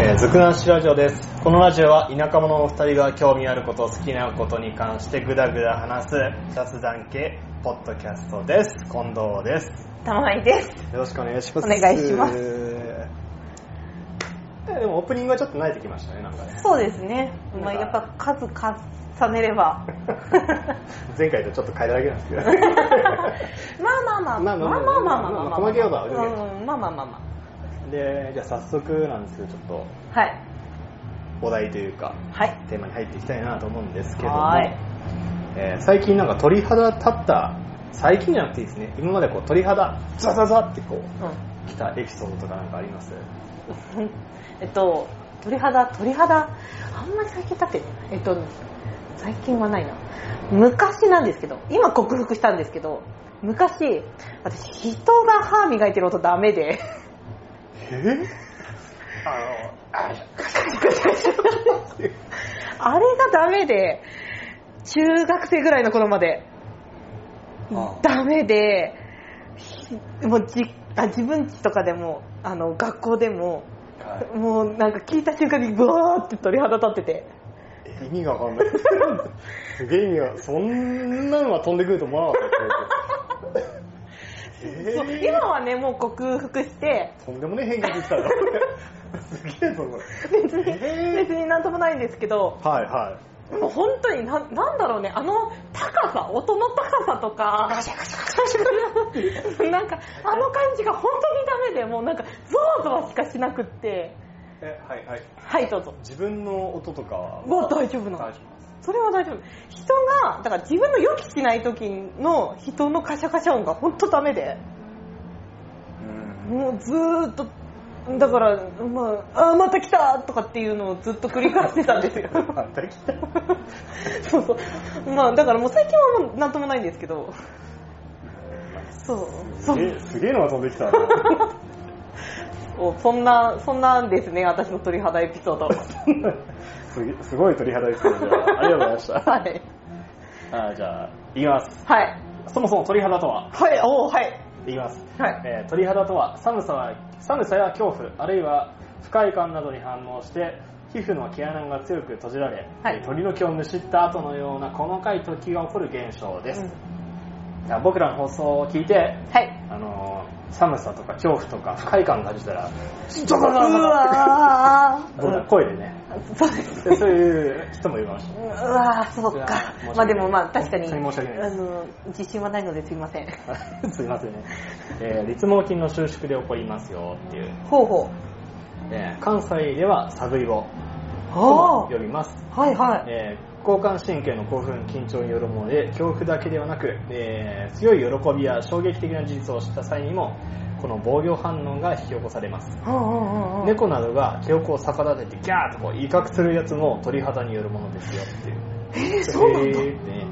えー、ズクナンシラジオです。このラジオは田舎者の二人が興味あること、好きなことに関してぐだぐだ話す雑談系ポッドキャストです。近藤です。たまいです。よろしくお願いします。お願いしますえー。でもオープニングはちょっと慣れてきましたね、なん かね。そうですね。なんかまあ、やっぱ数重ねれば。前回とちょっと変えただけなんです けど。まあまあまあまあまあまあまあまあまあまあ細ければ細ければうんまあまあまあまで、じゃあ早速なんですけど、ちょっとあ。はい。お題というか、はい。テーマに入っていきたいなと思うんですけどもは、い。えー最近なんか鳥肌立った最近じゃなくていいですね今までこう鳥肌ザザザってこううん来たエピソードとかなんかありますえっと、鳥肌、鳥肌、あんまり最近だってね、えっと、最近はないな。昔なんですけど、今克服したんですけど、昔、私、人が歯磨いてる音ダメで、えあのあれがダメで、中学生ぐらいの頃まで、ああダメで、ひもうじあ自分家とかでも、あの、学校でも、もうなんか聞いた瞬間にブワーって鳥肌立ってて、意味がわかんないすげえ意味がそんなのは飛んでくると思わなかったですえ そうー今はね、もう克服して、とんでもねえ変化できたな すげえぞこ別に、えー別になんともないんですけど、れはいはいもう本当になん、なんだろうね、あの高さ、音の高さとか、なんか、あの感じが本当にダメで、もうなんか、ゾワゾワしかしなくって、えはいはいはい、どうぞ。自分の音とかはもう大丈夫な大の丈。夫それは大丈夫。人が、だから自分の予期しない時の人のカシャカシャ音が本当ダメで、うんもうずーっと、だから、まあ、あーまた来たとかっていうのをずっと繰り返してたんですよ。 あできたそうそう。まあ、だからもう最近はもうなんともないんですけど。そう。そすげえう。すげえのが飛んできたなそうそんな、そんなんですね、私の鳥肌エピソード。はすげすごい鳥肌ですけどじゃあありがとうございました い。あーじゃあいきますはい。そもそも鳥肌とははい、おーはい。いきます、はい。えー鳥肌とは寒さは寒さや恐怖あるいは不快感などに反応して皮膚の毛穴が強く閉じられ、はいえー鳥の毛をむしった後のような細かい時が起こる現象です、じゃあ僕らの放送を聞いてうんはい。あのー寒さとか恐怖とか不快感を感じたらうわ僕ら声でねーそうです。でそういう人もいましたうわーそうかいや申し訳ないまあでもまあ確かに本当に申し訳ないあの自信はないのですいません すいませんね、えー立毛筋の収縮で起こりますよっていう、ほうほうえー関西ではサブイボとあも呼びます、あはいはいえー交感神経の興奮緊張によるもので恐怖だけではなく、えー強い喜びや衝撃的な事実を知った際にもこの防御反応が引き起こされますうんうんうんうん猫などが記憶を逆立ててギャーとこう威嚇するやつも鳥肌によるものですよっていうえーそうなんだえーね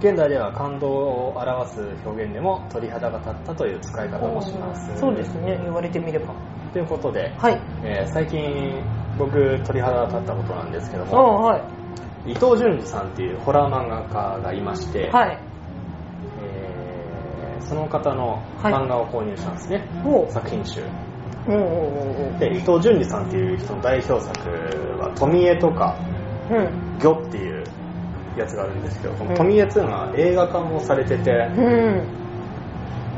現代では感動を表す表現でも鳥肌が立ったという使い方もします。そうですね言われてみればということで、はいえー最近僕鳥肌が立ったことなんですけどうんも、はい伊藤潤二さんっていうホラー漫画家がいまして、はいえーその方のはい漫画を購入したんですね、おう作品集。おうおうおうおうで伊藤潤二さんっていう人の代表作は「富江」とかうん「魚」っていうやつがあるんですけどこうの「ん富江」っていうのは映画化もされてて、うん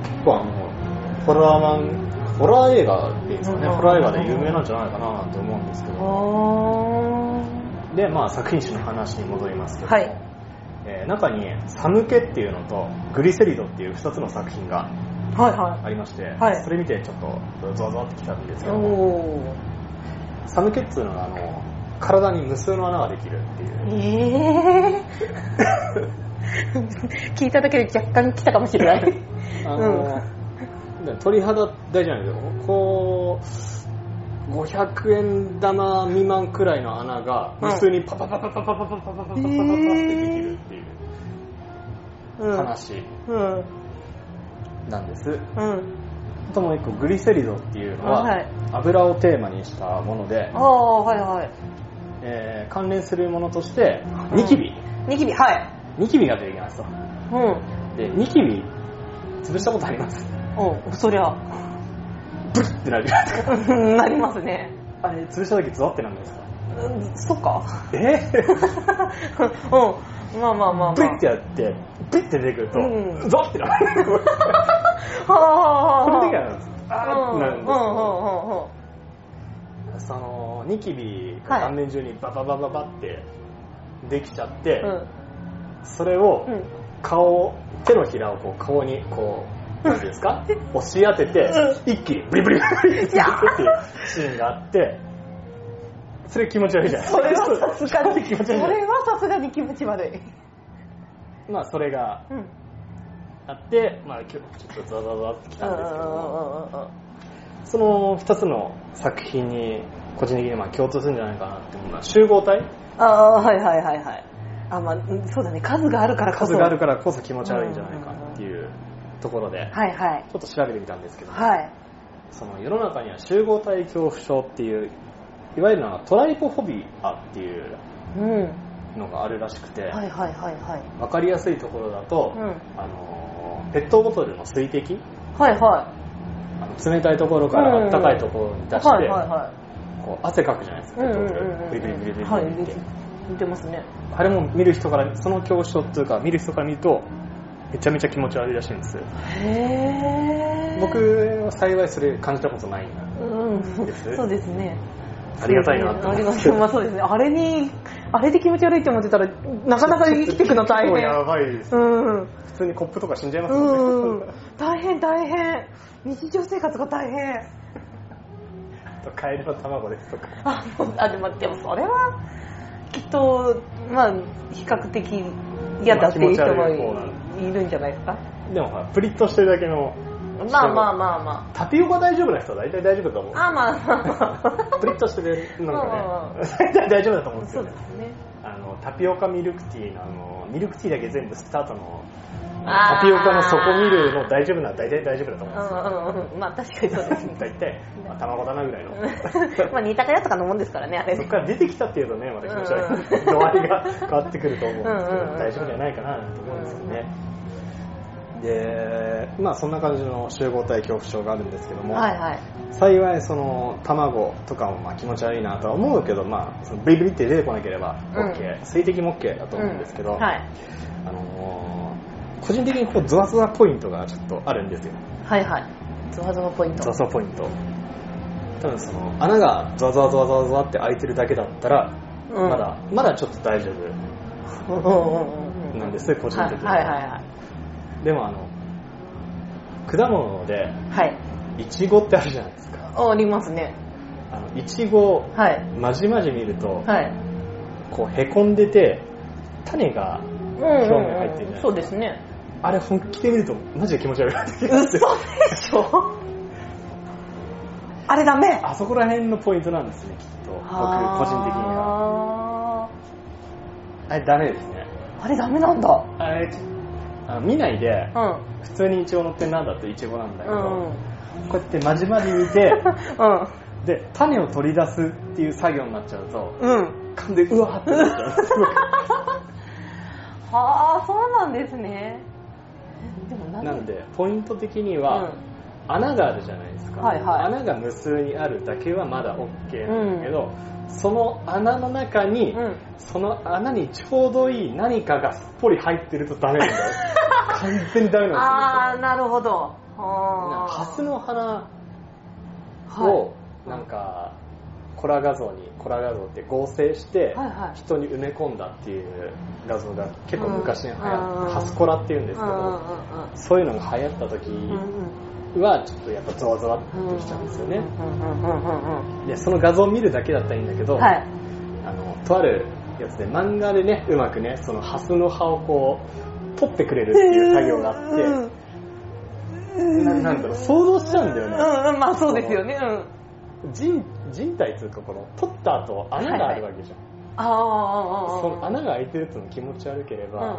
結構あのホラーマンホラー映画っていうんですかね、うんホラー映画で有名なんじゃないかなと思うんですけあど、ーでまあ作品集の話に戻りますけど、はいえー中に「サムケ」っていうのと「グリセリド」っていう2つの作品がはいはありまして、はいそれ見てちょっとゾワゾワってきたんですいけおどおサムケっていうのはあの体に無数の穴ができるっていうええ聞いただけで若干来たかもしれないあの、鳥肌大事なんですよこう500円玉未満くらいの穴が無数にパパパパパパパパパパパパパパってできるっていううん話うんなんですうんあともう一個グリセリドっていうのははい油をテーマにしたものであ、あはいはいえー関連するものとしてニキビニキビはいニキビが出てきますとうんでニキビ潰したことありますおうそりゃブリッてなるじゃないですかうんなりますねあれ、潰した時ズワってなんないですかうんそっかえうんまあまあまあまあブイってやって、ブイって出てくるうと、んゾワってなる。はあその時ははなんですあはあーあってなるんですけどうんうんうんうんそのニキビが顔面中にバババババってできちゃって、それをうん顔手のひらをこう顔にこう何ですか押し当てて、一気にブリブリブリブリっていうシーンがあってそれ気持ち悪いじゃないそれはさすがに気持ち悪そいじゃないれはさすがに気持ち悪いまあそれがうんあってまあ今日ちょっとザザザってきたんですけどうんその2つの作品に個人的にまあ共通するんじゃないかなって思うのは集合体ああはいはいはいはいあまあうんそうだね数があるからこそ数があるからこそ気持ち悪いんじゃないかっていうところで、はいはいちょっと調べてみたんですけど、はいその世の中には集合体恐怖症っていう、いわゆるなんかトライポフォビアっていううんのがあるらしくて、はいはいはいはいわかりやすいところだと、うんあのーペットボトルの水滴、はいはあの冷たいところからうあんったかいところにい出して、はいはいはこう汗かくじゃないですいか、うペんッうトボんトうル、んブリブリブリブリはいブリって。似てますねあれも見る人から、その恐怖症っていうか、見る人から見ると、めちゃめちゃ気持ち悪いらしいんです。へえ僕は幸いそれ感じたことないんだうんですそうですねありがたいなってあ思りいがますけたいどまあそうですねあれにあれで気持ち悪いって思ってたらなかなか生きていくの大結構や変ばいですうん普通にコップとか死んじゃいますもうんんね大変大変日常生活が大変あとカエルの卵ですとかあもうあでもでもそれはきっとまあ比較的嫌だっていう人まもあ気持ち悪い方なんいいるんじゃないですかでもほらプリッとしてるだけのまあまああまあまタピオカ大丈夫な人は大体大丈夫だと思うああまあま あまあプリッとしてるなんまあまあかまね大体大丈夫だと思うんですそようでねすねあのタピオカミルクティーのあのミルクティーだけ全部スタートのあータピオカの底見るの大丈夫なら大体大丈夫だとう思うんんうんうんまあ確かにそうです ねですよ大体あ卵だなぐらいのまあ似たかやとかのもんですからねあれそねこから出てきたっていうとねまた気持ちう悪い度ん合いが変わってくると思うんですけどうんうんうん大丈夫じゃないかなと思うんですよねでまあそんな感じの集合体恐怖症があるんですけども、はいはい幸いその卵とかもまあ気持ち悪いなとは思うけど、まあ、そのブリブリって出てこなければうん OK、水滴も OK だと思うんですけど、うんはいあのー個人的にこうズワズワポイントがちょっとあるんですよはいはいゾワゾワポイントザワポイント多分その穴がザワザワザワザワザワって開いてるだけだったら、うんまだまだちょっと大丈夫うんうんうんなんです個人的にははいはいはいでもあの果物ではいはいイチゴってあるじゃないですかあありますねあのイチゴはいまじまじ見ると、はいこうへこんでて種がう表ん面入ってるじゃないですうんうかんそうですねあれ本気で見るとマジで気持ち悪いなってき嘘まですよしょ あれダメあそこら辺のポイントなんですねきっと僕個人的にははあれダメですねあーあれダメなんだあれあの見ないでうん普通にイチゴのってなんだってイチゴなんだけうど、んうんこうやってまじまじ見 てうんで種を取り出すっていう作業になっちゃうとうん噛んでうわーってなっちゃうんですよ はあそうなんですねえでも 何なんでポイント的にうは、穴があるじゃないですか、はいはい穴が無数にあるだけはまだ OK なんだけど、その穴の中に、んうんその穴にちょうどいい何かがすっぽり入ってるとダメなんだ よ完全にダメなんああなるほどですよなんかハスのの花はをなんかコラ画像にコラ画像って合成してはいはい人に埋め込んだっていう画像が結構昔に流行ったうんハスコラっていうんいですうけんうんどそういうのが流行った時うんうんはちょっとやっぱゾワゾワってうんうんきちゃうんですよねうんうんうんうんでその画像を見るだけだったらいいんだけうどんはいあの、とあるやつで漫画でね、うまくね、そのハスの葉をこう、取ってくれるっていう作業があって、うんななんだろう、想像しちゃうんだうよね。んうんまあそうですよねうん人、人体っていうかこの、取った後穴があるわけじゃん。ああああその穴が開いてるっていうの気持ち悪ければ、う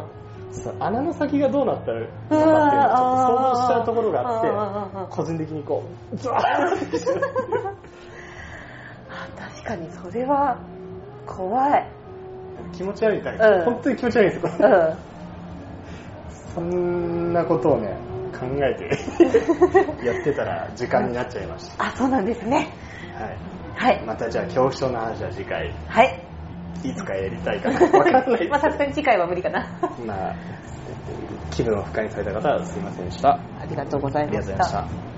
その穴の先がどうなったらいいのかっていんうのをちょっと想像しちゃうところうんうんがあうんうんうっんて、個人的にこう、ズワーってしちゃうあ確かにそれは怖い気持ち悪いかうんら、本当に気持ち悪いんですうよ。んそんなことをね、考 えてやってたら時間になっちゃいました。あそうなんですねはい。はいまたじゃあ恐怖症の話は次回はいいつかやりたいかな分かんないですけど まあさすがに次回は無理かなまあ気分を不快にされた方はすいませんでしたありがとうござあいりがまとうござしいましたた